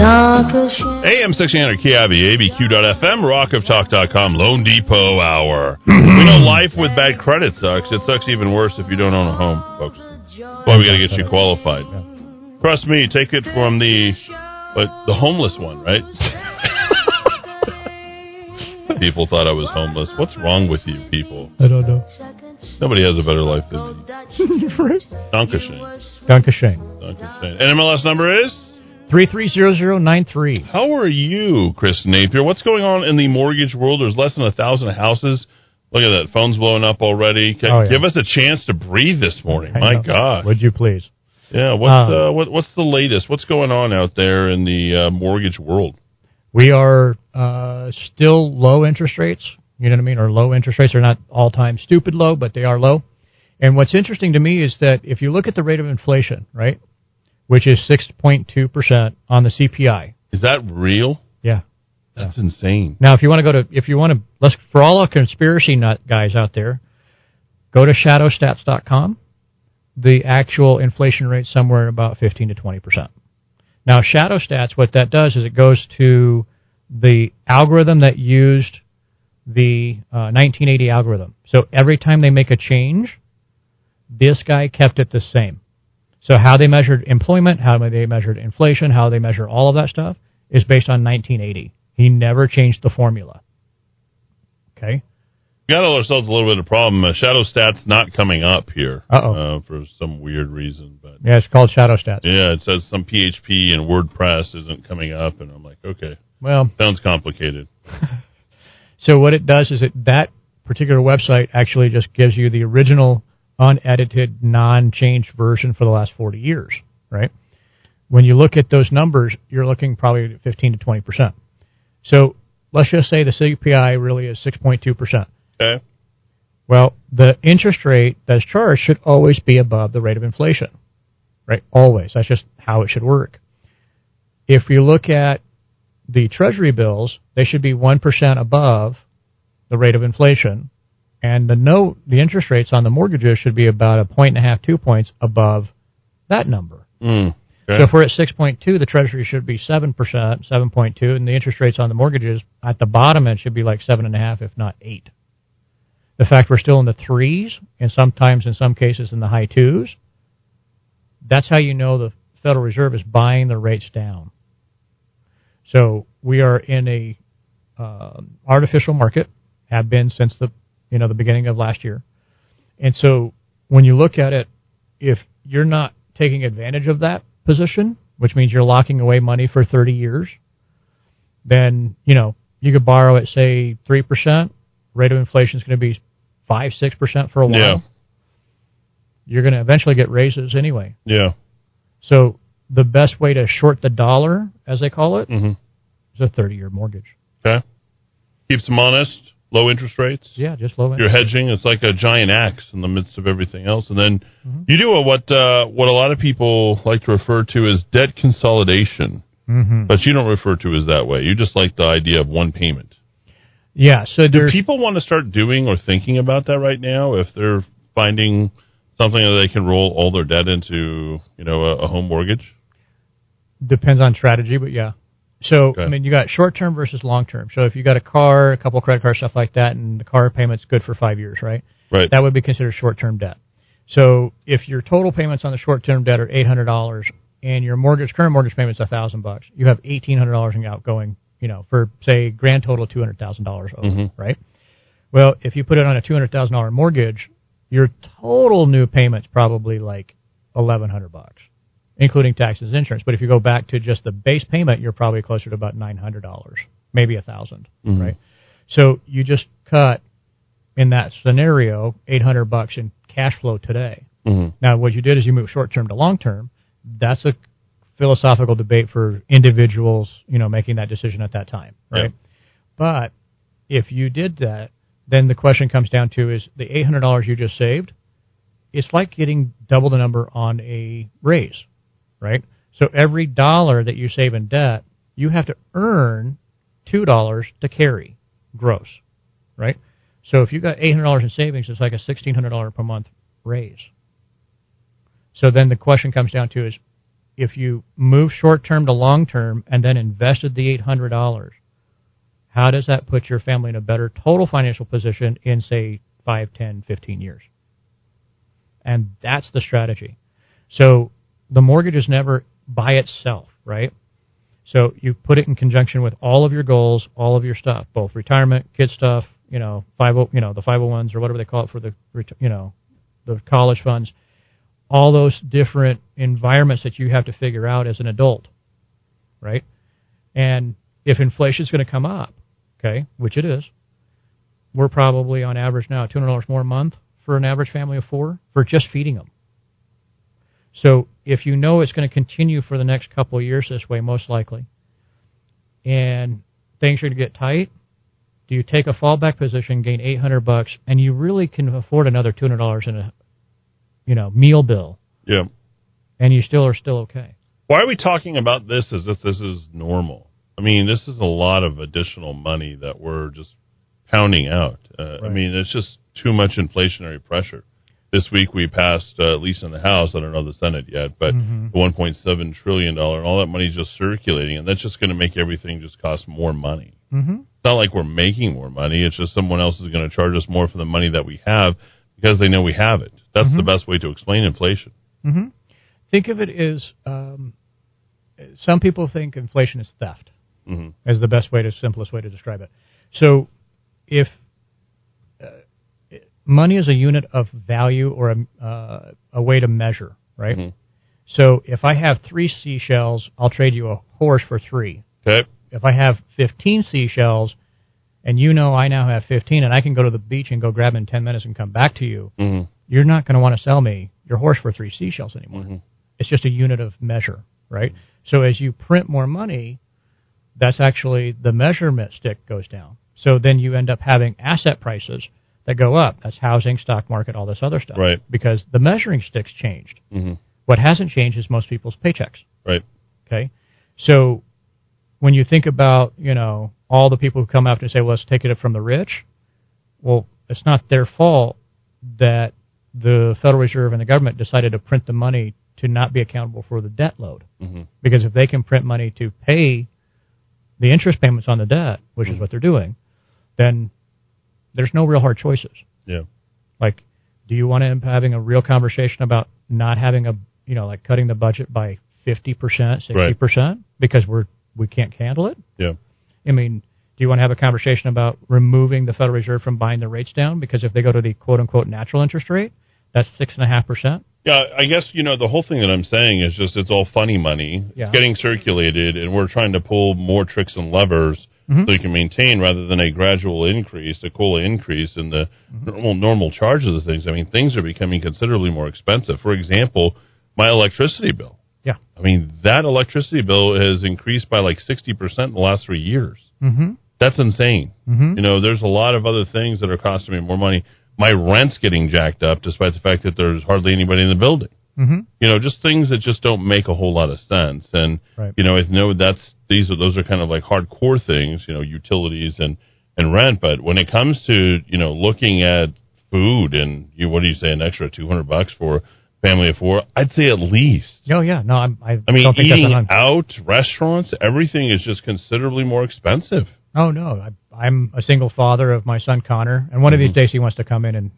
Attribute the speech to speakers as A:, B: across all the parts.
A: AM 600 KIV, ABQ.FM, rockoftalk.com, Loan Depot Hour. we know life with bad credit sucks. It sucks even worse if you don't own a home, folks. Well, we got to get you qualified. Trust me, take it from the but the homeless one, right? people thought I was homeless. What's wrong with you people?
B: I don't know.
A: Nobody has a better life than me.
B: right?
A: Donkashane.
B: Gonka Shane.
A: Donkashane. And MLS number is?
B: 330093.
A: How are you, Chris Napier? What's going on in the mortgage world? There's less than a thousand houses. Look at that. Phone's blowing up already. Can-
B: Oh, yeah.
A: Give us a chance to breathe this morning.
B: I
A: My
B: know.
A: God.
B: Would you please?
A: Yeah. What's
B: Um,
A: uh, what, what's the latest? What's going on out there in the uh, mortgage world?
B: We are uh, still low interest rates. You know what I mean? Or low interest rates are not all time stupid low, but they are low. And what's interesting to me is that if you look at the rate of inflation, right, which is 6.2% on the CPI.
A: Is that real?
B: Yeah.
A: That's insane.
B: Now, if you want to go to, if you want to, let's, for all our conspiracy nut guys out there, go to shadowstats.com. The actual inflation rate somewhere about 15 to 20 percent. Now, shadow stats, what that does is it goes to the algorithm that used the uh, 1980 algorithm. So every time they make a change, this guy kept it the same. So how they measured employment, how they measured inflation, how they measure all of that stuff is based on 1980. He never changed the formula. Okay.
A: We got ourselves a little bit of a problem. Uh, Shadow Stats not coming up here
B: Uh-oh.
A: uh, for some weird reason, but
B: Yeah, it's called shadow stats.
A: yeah, it says some PHP and WordPress isn't coming up, and I'm like, okay,
B: Well,
A: sounds complicated.
B: so what it does is it that particular website actually just gives you the original, unedited, non-changed version for the last 40 years, right? When you look at those numbers, you're looking probably at 15 to 20 percent. So let's just say the CPI really is 6.2 percent.
A: Okay.
B: Well, the interest rate that's charged should always be above the rate of inflation, right? Always. That's just how it should work. If you look at the Treasury bills, they should be 1% above the rate of inflation. And the note, the interest rates on the mortgages should be about a point and a half, two points above that number.
A: Mm.
B: So
A: Okay.
B: if we're at 6.2, the Treasury should be 7%, 7.2, and the interest rates on the mortgages at the bottom end should be like 7.5, if not 8. The fact we're still in the threes, and sometimes in some cases in the high twos, that's how you know the Federal Reserve is buying the rates down. So we are in a um artificial market, have been since the you know the beginning of last year, and so when you look at it, if you're not taking advantage of that position, which means you're locking away money for 30 years, then you know you could borrow at say three percent. Rate of inflation is going to be five six percent for a while.
A: Yeah.
B: You're going to eventually get raises anyway.
A: yeah.
B: So the best way to short the dollar, as they call it, is
A: Mhm.
B: a 30-year mortgage.
A: Okay. Keeps them honest. Low interest rates.
B: Yeah, just low
A: You're
B: interest.
A: hedging. It's like a giant axe in the midst of everything else, and then
B: Mm-hmm.
A: you do a, what uh, what a lot of people like to refer to as debt consolidation.
B: Mm-hmm.
A: But you don't refer to as that way. You just like the idea of one payment.
B: Yeah, so
A: Do
B: there's
A: people want to start doing or thinking about that right now if they're finding something that they can roll all their debt into, you know, a, a home mortgage?
B: depends on strategy, but yeah. So
A: Okay.
B: I mean, you got short term versus long term. So if you got a car, a couple credit card stuff like that, and the car payment's good for five years, right?
A: Right.
B: That would be considered short term debt. So if your total payments on the short term debt are eight hundred dollars, and your mortgage current mortgage payment's a thousand bucks, you have eighteen hundred dollars in outgoing, you know, for say grand total two hundred thousand dollars over, right? Well, if you put it on a two hundred thousand dollar mortgage, your total new payment's probably like eleven hundred bucks, including taxes, and insurance. But if you go back to just the base payment, you're probably closer to about nine hundred dollars, maybe a 1000 right? So you just cut in that scenario eight hundred bucks in cash flow today.
A: Mhm.
B: Now, what you did is you moved short term to long term. That's a philosophical debate for individuals, you know, making that decision at that time, right?
A: Yeah.
B: But if you did that, then the question comes down to is the eight hundred dollars you just saved, it's like getting double the number on a raise, right? So every dollar that you save in debt, you have to earn two dollars to carry gross, right? So if you got eight hundred dollars in savings, it's like a sixteen hundred dollar per month raise. So then the question comes down to is if you move short term to long term and then invested the eight hundred dollars, how does that put your family in a better total financial position in say five, ten, fifteen years? And that's the strategy. So the mortgage is never by itself, right? So you put it in conjunction with all of your goals, all of your stuff, both retirement, kid stuff, you know, five, oh, you know, the five hundred ones or whatever they call it for the, reti- you know, the college funds, all those different environments that you have to figure out as an adult, right? And if inflation's going to come up, okay, which it is, we're probably on average now two hundred dollars more a month for an average family of four for just feeding them. So if you know it's going to continue for the next couple of years this way, most likely, and things are going to get tight, do you take a fallback position, gain eight hundred bucks, and you really can afford another two hundred dollars in a, you know, meal bill,
A: Yeah.
B: and you still are still okay?
A: Why are we talking about this as if this is normal? I mean, this is a lot of additional money that we're just pounding out. Uh, I
B: Right.
A: mean, it's just too much inflationary pressure. This week we passed, uh, at least in the House, I don't know the Senate yet, but
B: Mm-hmm.
A: the $1.7 trillion, all that money is just circulating, and that's just going to make everything just cost more money.
B: Mm-hmm.
A: It's not like we're making more money. It's just someone else is going to charge us more for the money that we have because they know we have it. That's the best way to explain inflation.
B: Mm-hmm. Think of it as um, some people think inflation is theft,
A: hmm
B: as the best way to simplest way to describe it. So, if uh, money is a unit of value or a, uh, a way to measure, right?
A: Mhm.
B: So, if I have three seashells, I'll trade you a horse for three.
A: Okay.
B: If I have 15 seashells, and you know I now have 15, and I can go to the beach and go grab them in 10 minutes and come back to you,
A: hmm
B: you're not going to want to sell me your horse for three seashells anymore.
A: Mm-hmm.
B: It's just a unit of measure, right? So as you print more money, that's actually the measurement stick goes down. So then you end up having asset prices that go up. That's housing, stock market, all this other stuff.
A: Right.
B: Because the measuring stick's changed.
A: hmm
B: What hasn't changed is most people's paychecks.
A: Right.
B: Okay. So when you think about, you know, all the people who come after and say, well, let's take it up from the rich, well, it's not their fault that the Federal Reserve and the government decided to print the money to not be accountable for the debt load.
A: hmm
B: Because if they can print money to pay the interest payments on the debt, which is what they're doing, then there's no real hard choices.
A: Yeah.
B: Like, do you want to end up having a real conversation about not having a, you know, like cutting the budget by 50%, 60% because we're, we can't handle it?
A: Yeah.
B: I mean, do you want to have a conversation about removing the Federal Reserve from buying the rates down? Because if they go to the quote unquote natural interest rate, that's 6.5%.
A: Yeah, I guess you know the whole thing that I'm saying is just it's all funny money.
B: Yeah.
A: It's getting circulated, and we're trying to pull more tricks and levers so you can maintain rather than a gradual increase, a cola increase in the normal normal charge of the things. I mean, things are becoming considerably more expensive. For example, my electricity bill.
B: Yeah.
A: I mean, that electricity bill has increased by like sixty percent in the last three years.
B: Mm-hmm.
A: That's insane.
B: Mhm.
A: You know, there's a lot of other things that are costing me more money. My rent's getting jacked up, despite the fact that there's hardly anybody in the building
B: Mm-hmm.
A: you know, just things that just don't make a whole lot of sense. And
B: Right.
A: you know, I know that's these are those are kind of like hardcore things, you know, utilities and and rent. But when it comes to you know looking at food and you what do you say an extra two hundred bucks for a family of four, I'd say at least.
B: Oh, yeah. No, I'm, I,
A: I mean,
B: don't think that's
A: eating
B: an un-
A: out, restaurants, everything is just considerably more expensive.
B: Oh, no. I, I'm a single father of my son, Connor. And one of these days he wants to come in and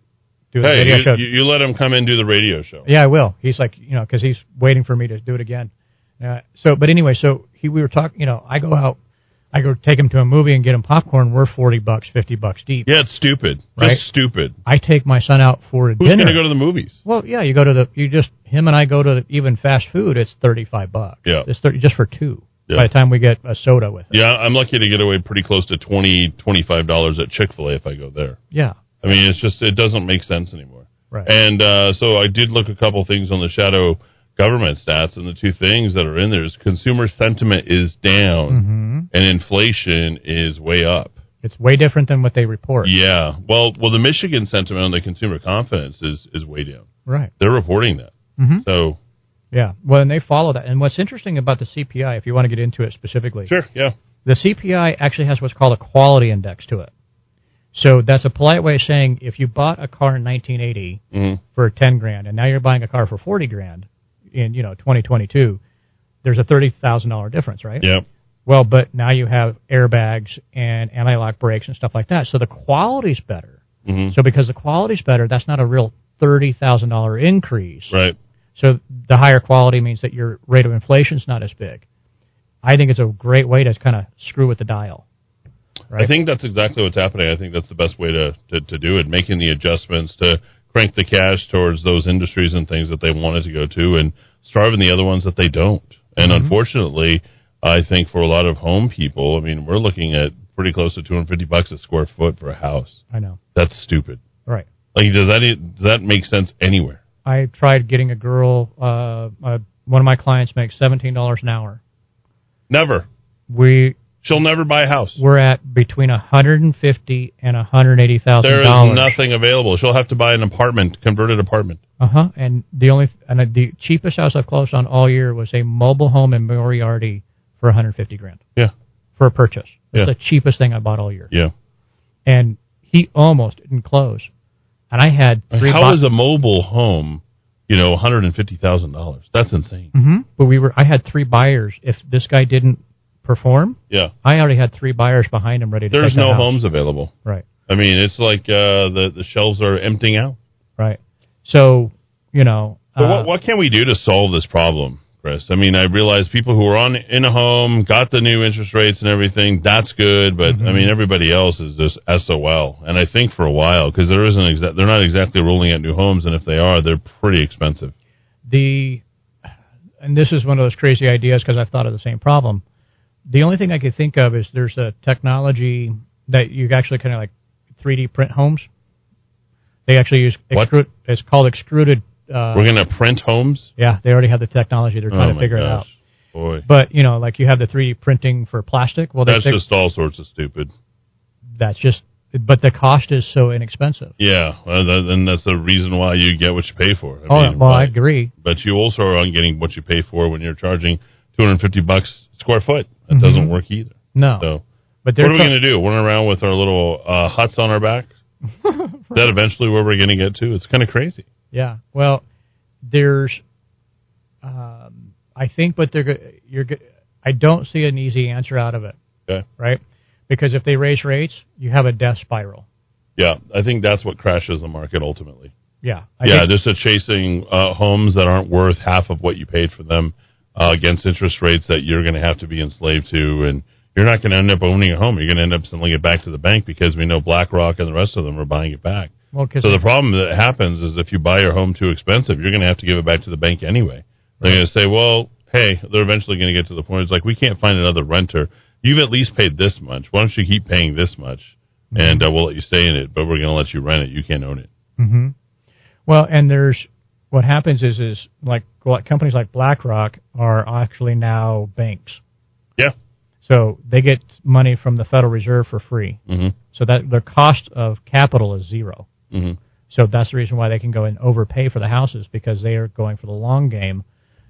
B: do the
A: Mm-hmm. Hey,
B: radio
A: you,
B: show.
A: you, you let them come in and do the radio show.
B: Yeah, I will. He's like, you know, because he's waiting for me to do it again. Uh, so, but anyway, so he, we were talking. You know, I go out, I go take him to a movie and get him popcorn. We're forty bucks, fifty bucks deep.
A: Yeah, it's stupid.
B: Right.
A: Just stupid.
B: I take my son out for a
A: Who's going
B: dinner.
A: to go to the movies?
B: well, yeah, you go to the, you just him and I go to the, even fast food. It's thirty five bucks.
A: Yeah.
B: it's thirty just for two.
A: Yeah.
B: By the time we get a soda with it.
A: Yeah, I'm lucky to get away pretty close to twenty, twenty-five dollars at Chick Fil A if I go there.
B: Yeah,
A: I mean, it's just it doesn't make sense anymore.
B: right.
A: And uh, so I did look a couple things on the shadow government stats, and the two things that are in there is consumer sentiment is down
B: hmm
A: and inflation is way up.
B: It's way different than what they report.
A: Yeah, well, well, the Michigan sentiment on the consumer confidence is is way down.
B: Right.
A: They're reporting that.
B: Mhm.
A: So
B: Yeah. Well, and they follow that. And what's interesting about the CPI, if you want to get into it specifically,
A: sure, yeah,
B: the CPI actually has what's called a quality index to it. So that's a polite way of saying if you bought a car in 1980
A: Mhm.
B: for 10 grand and now you're buying a car for 40 grand in you know 2022, there's a thirty thousand dollar difference, right?
A: Yep.
B: Well, but now you have airbags and anti-lock brakes and stuff like that, so the quality's better.
A: Mhm.
B: So because the quality's better, that's not a real thirty thousand dollar increase.
A: Right.
B: So the higher quality means that your rate of inflation's not as big. I think it's a great way to kind of screw with the dial. Right.
A: I think that's exactly what's happening. I think that's the best way to, to, to do it, making the adjustments to crank the cash towards those industries and things that they wanted to go to and starving the other ones that they don't. And unfortunately, I think for a lot of home people, I mean, we're looking at pretty close to 250 bucks a square foot for a house.
B: I know.
A: That's stupid.
B: Right.
A: Like, does that, does that make sense anywhere?
B: I tried getting a girl. Uh, uh, one of my clients makes seventeen dollars an hour.
A: Never.
B: We
A: She'll never buy a house.
B: we're at between a hundred and fifty and a hundred eighty thousand
A: There is
B: dollars.
A: nothing available. She'll have to buy an apartment, converted apartment.
B: Uh huh. And the only and the cheapest house I've closed on all year was a mobile home in Moriarty for one hundred fifty grand
A: Yeah.
B: for a purchase.
A: Yeah.
B: It's the cheapest thing I bought all year.
A: Yeah.
B: And he almost didn't close. And I had three.
A: How is a mobile home, you know, one hundred and fifty thousand dollars? That's insane.
B: hmm But we were. I had three buyers. If this guy didn't perform,
A: Yeah,
B: I already had three buyers behind him ready to.
A: there's
B: take that
A: no
B: house.
A: homes available.
B: Right.
A: I mean, it's like uh, the the shelves are emptying out.
B: Right. So, you know,
A: So
B: uh,
A: what what can we do to solve this problem, Chris? I mean, I realize people who are on in a home got the new interest rates and everything. That's good, but
B: Mm-hmm.
A: I mean, everybody else is just SOL. And I think for a while because there isn't exa- they're not exactly rolling out new homes, and if they are, they're pretty expensive.
B: the and this is one of those crazy ideas because I've thought of the same problem. The only thing I could think of is there's a technology that you actually kind of like 3D print homes. They actually use
A: What?
B: extrude, it's called extruded. Uh,
A: We're gonna print homes.
B: yeah, they already have the technology. They're trying
A: oh
B: to
A: my
B: figure
A: gosh,
B: it out.
A: boy.
B: But you know, like you have the 3D printing for plastic. Well, they
A: That's
B: fig-
A: just all sorts of stupid.
B: that's just. But the cost is so inexpensive.
A: Yeah, well, that, and that's the reason why you get what you pay for.
B: oh
A: mean,
B: well, I
A: but-
B: agree.
A: But you also are getting what you pay for when you're charging 250 bucks square foot. That doesn't work either.
B: No,
A: So
B: but Mm-hmm.
A: what
B: they're
A: are we
B: ta-
A: going to do? Run around with our little uh, huts on our back? Is that eventually where we're going to get to? It's kind of crazy.
B: Yeah. Well, there's, um, I think, but they're go- you're. go- I don't see an easy answer out of it,
A: Okay.
B: right? Because if they raise rates, you have a death spiral.
A: Yeah, I think that's what crashes the market ultimately.
B: Yeah. I
A: yeah,
B: Think,
A: just a chasing uh, homes that aren't worth half of what you paid for them uh, against interest rates that you're going to have to be enslaved to, and you're not going to end up owning a home. You're going to end up selling it back to the bank because we know BlackRock and the rest of them are buying it back.
B: well, because
A: So the problem that happens is if you buy your home too expensive, you're going to have to give it back to the bank anyway. They're going to say, "Well, hey, they're eventually going to get to the point. It's like we can't find another renter. You've at least paid this much. Why don't you keep paying this much,
B: Mm-hmm.
A: and uh, we'll let you stay in it, but we're going to let you rent it. You can't own it."
B: hmm well, and there's what happens is is like like companies like BlackRock are actually now banks,
A: Yeah.
B: so they get money from the Federal Reserve for free.
A: Mm-hmm.
B: So that their cost of capital is zero.
A: Mm-hmm.
B: So that's the reason why they can go and overpay for the houses because they are going for the long game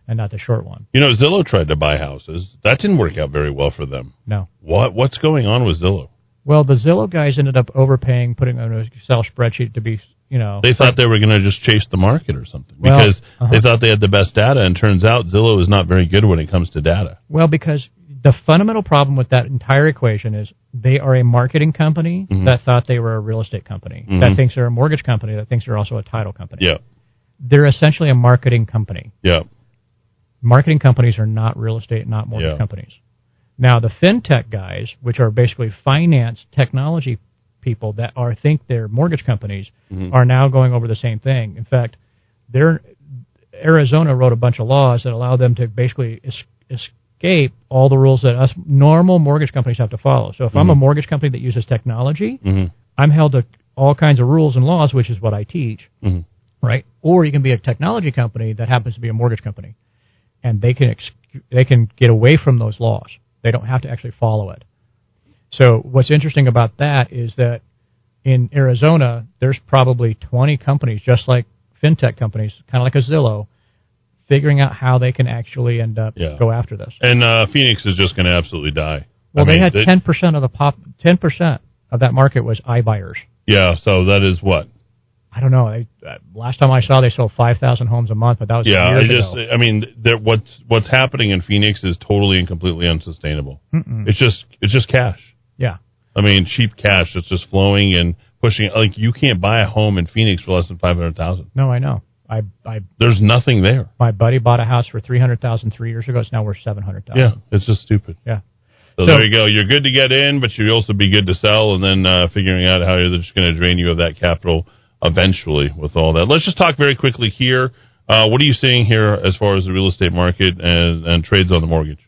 B: and not the short one.
A: You know, Zillow tried to buy houses. That didn't work out very well for them.
B: No.
A: What what's going on with Zillow?
B: Well, the Zillow guys ended up overpaying, putting on an Excel spreadsheet to be, you know,
A: They thought they were going to just chase the market or something
B: Well,
A: because they
B: uh-huh.
A: thought they had the best data, and turns out Zillow is not very good when it comes to data.
B: well, because the fundamental problem with that entire equation is they are a marketing company that thought they were a real estate company, that thinks they're a mortgage company, that thinks they're also a title company.
A: Yeah,
B: They're essentially a marketing company.
A: yeah,
B: marketing companies are not real estate, not mortgage
A: Yeah.
B: companies. Now the fintech guys, which are basically finance technology people that are think they're mortgage companies, are now going over the same thing. In fact, they're, Arizona wrote a bunch of laws that allow them to basically es- escape all the rules that us normal mortgage companies have to follow. So if I'm a mortgage company that uses technology,
A: Mm-hmm.
B: I'm held to all kinds of rules and laws, which is what I teach,
A: Mhm.
B: right? Or you can be a technology company that happens to be a mortgage company and they can ex- they can get away from those laws. They don't have to actually follow it. So what's interesting about that is that in Arizona, there's probably 20 companies, just like fintech companies, kind of like a Zillow, figuring out how they can actually end up
A: Yeah.
B: go after this.
A: and uh, Phoenix is just going to absolutely die.
B: Well,
A: I mean,
B: they had
A: they-
B: 10% of the pop, 10% of that market was iBuyers.
A: Yeah, so that is what
B: I don't know. They, uh, last time I saw, they sold five thousand homes a month, but that was
A: Yeah, I
B: years
A: just,
B: ago.
A: I mean, that what's what's happening in Phoenix is totally and completely unsustainable.
B: Mm-mm.
A: It's just, it's just cash.
B: yeah,
A: I mean, cheap cash that's just flowing and pushing. Like you can't buy a home in Phoenix for less than five hundred thousand.
B: no, I know. I, I,
A: There's nothing there.
B: my buddy bought a house for three hundred thousand three years ago. It's now worth seven hundred thousand.
A: Yeah, it's just stupid.
B: Yeah.
A: So,
B: So-
A: there you go. You're good to get in, but you'd also be good to sell, and then uh, figuring out how they're just going to drain you of that capital eventually with all that. Let's just talk very quickly here. Uh, what are you seeing here as far as the real estate market and, and trades on the mortgage?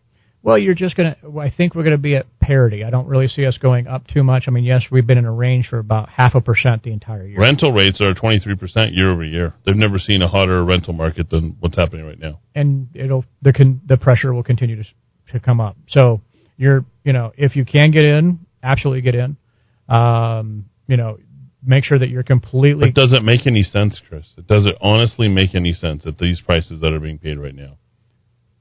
B: Well, you're just going to, I think we're going to be at parity. I don't really see us going up too much. I mean, yes, we've been in a range for about half a percent the entire year.
A: Rental rates are 23% year over year. They've never seen a hotter rental market than what's happening right now.
B: And it'll, the, con, the pressure will continue to, s- to come up. So you're, you know, if you can get in, absolutely get in. Um, you know, make sure that you're completely,
A: It doesn't make any sense, Chris. It doesn't honestly make any sense at these prices that are being paid right now.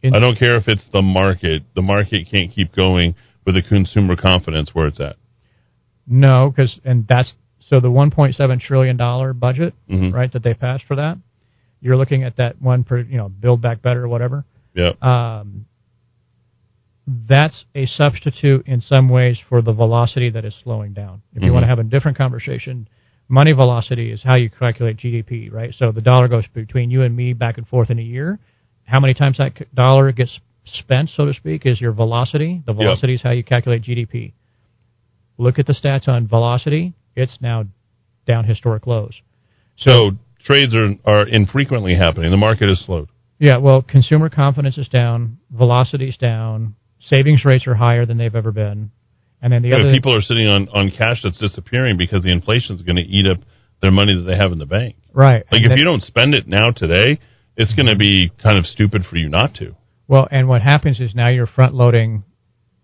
B: In-
A: I don't care if it's the market. The market can't keep going with the consumer confidence where it's at.
B: no, because, and that's, so the $1.7 trillion budget,
A: Mhm.
B: right, that they passed for that, you're looking at that one per, you know, build back better or whatever.
A: Yeah.
B: um, that's a substitute in some ways for the velocity that is slowing down. If you want to have a different conversation, money velocity is how you calculate GDP, right? So the dollar goes between you and me back and forth in a year. How many times that c- dollar gets spent, so to speak, is your velocity. The velocity is how you calculate GDP. Look at the stats on velocity. It's now down historic lows.
A: So trades are are infrequently happening. The market is slowed.
B: Yeah, well, consumer confidence is down, velocity's down, savings rates are higher than they've ever been, and then the
A: You know,
B: other
A: people are sitting on on cash that's disappearing because the inflation is going to eat up their money that they have in the bank.
B: right.
A: Like
B: and
A: if
B: then-
A: you don't spend it now today, it's going to be kind of stupid for you not to.
B: well, and what happens is now you're front loading,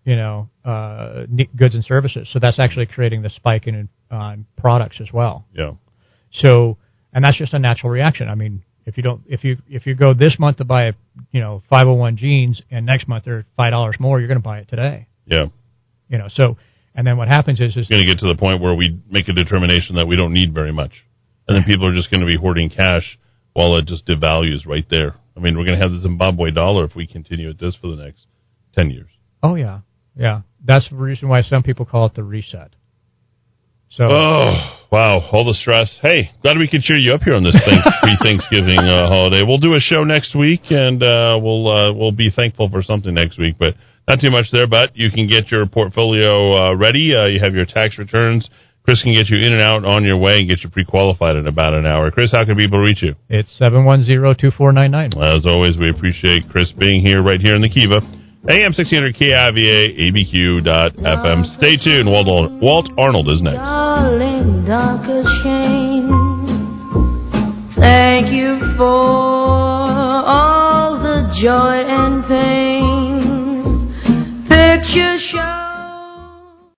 B: you know, uh, ne- goods and services, so that's actually creating the spike in on products as well.
A: Yeah.
B: So, and that's just a natural reaction. I mean, if you don't, if you if you go this month to buy, a, you know, 501 jeans, and next month they're five dollars more, you're going to buy it today.
A: Yeah.
B: You know, so and then what happens is is
A: going to get to the point where we make a determination that we don't need very much. And then people are just going to be hoarding cash while it just devalues right there. I mean, we're going to have the Zimbabwe dollar if we continue at this for the next 10 years.
B: Oh yeah, yeah. That's the reason why some people call it the reset. So
A: Oh, wow. All the stress. Hey, glad we could cheer you up here on this thanks- free Thanksgiving uh, holiday. We'll do a show next week and uh, we'll uh, we'll be thankful for something next week, but not too much there. But you can get your portfolio uh, ready. Uh, you have your tax returns. Chris can get you in and out on your way and get you pre qualified in about an hour. Chris, how can people reach you?
B: it's seven one zero two four nine nine.
A: As always, we appreciate Chris being here right here in the Kiva. AM 1600 KIVA, ABQ.FM. Stay tuned. Walt, Walt Arnold is next.
C: Darling, dark as shame. Thank you for all the joy and pain. Picture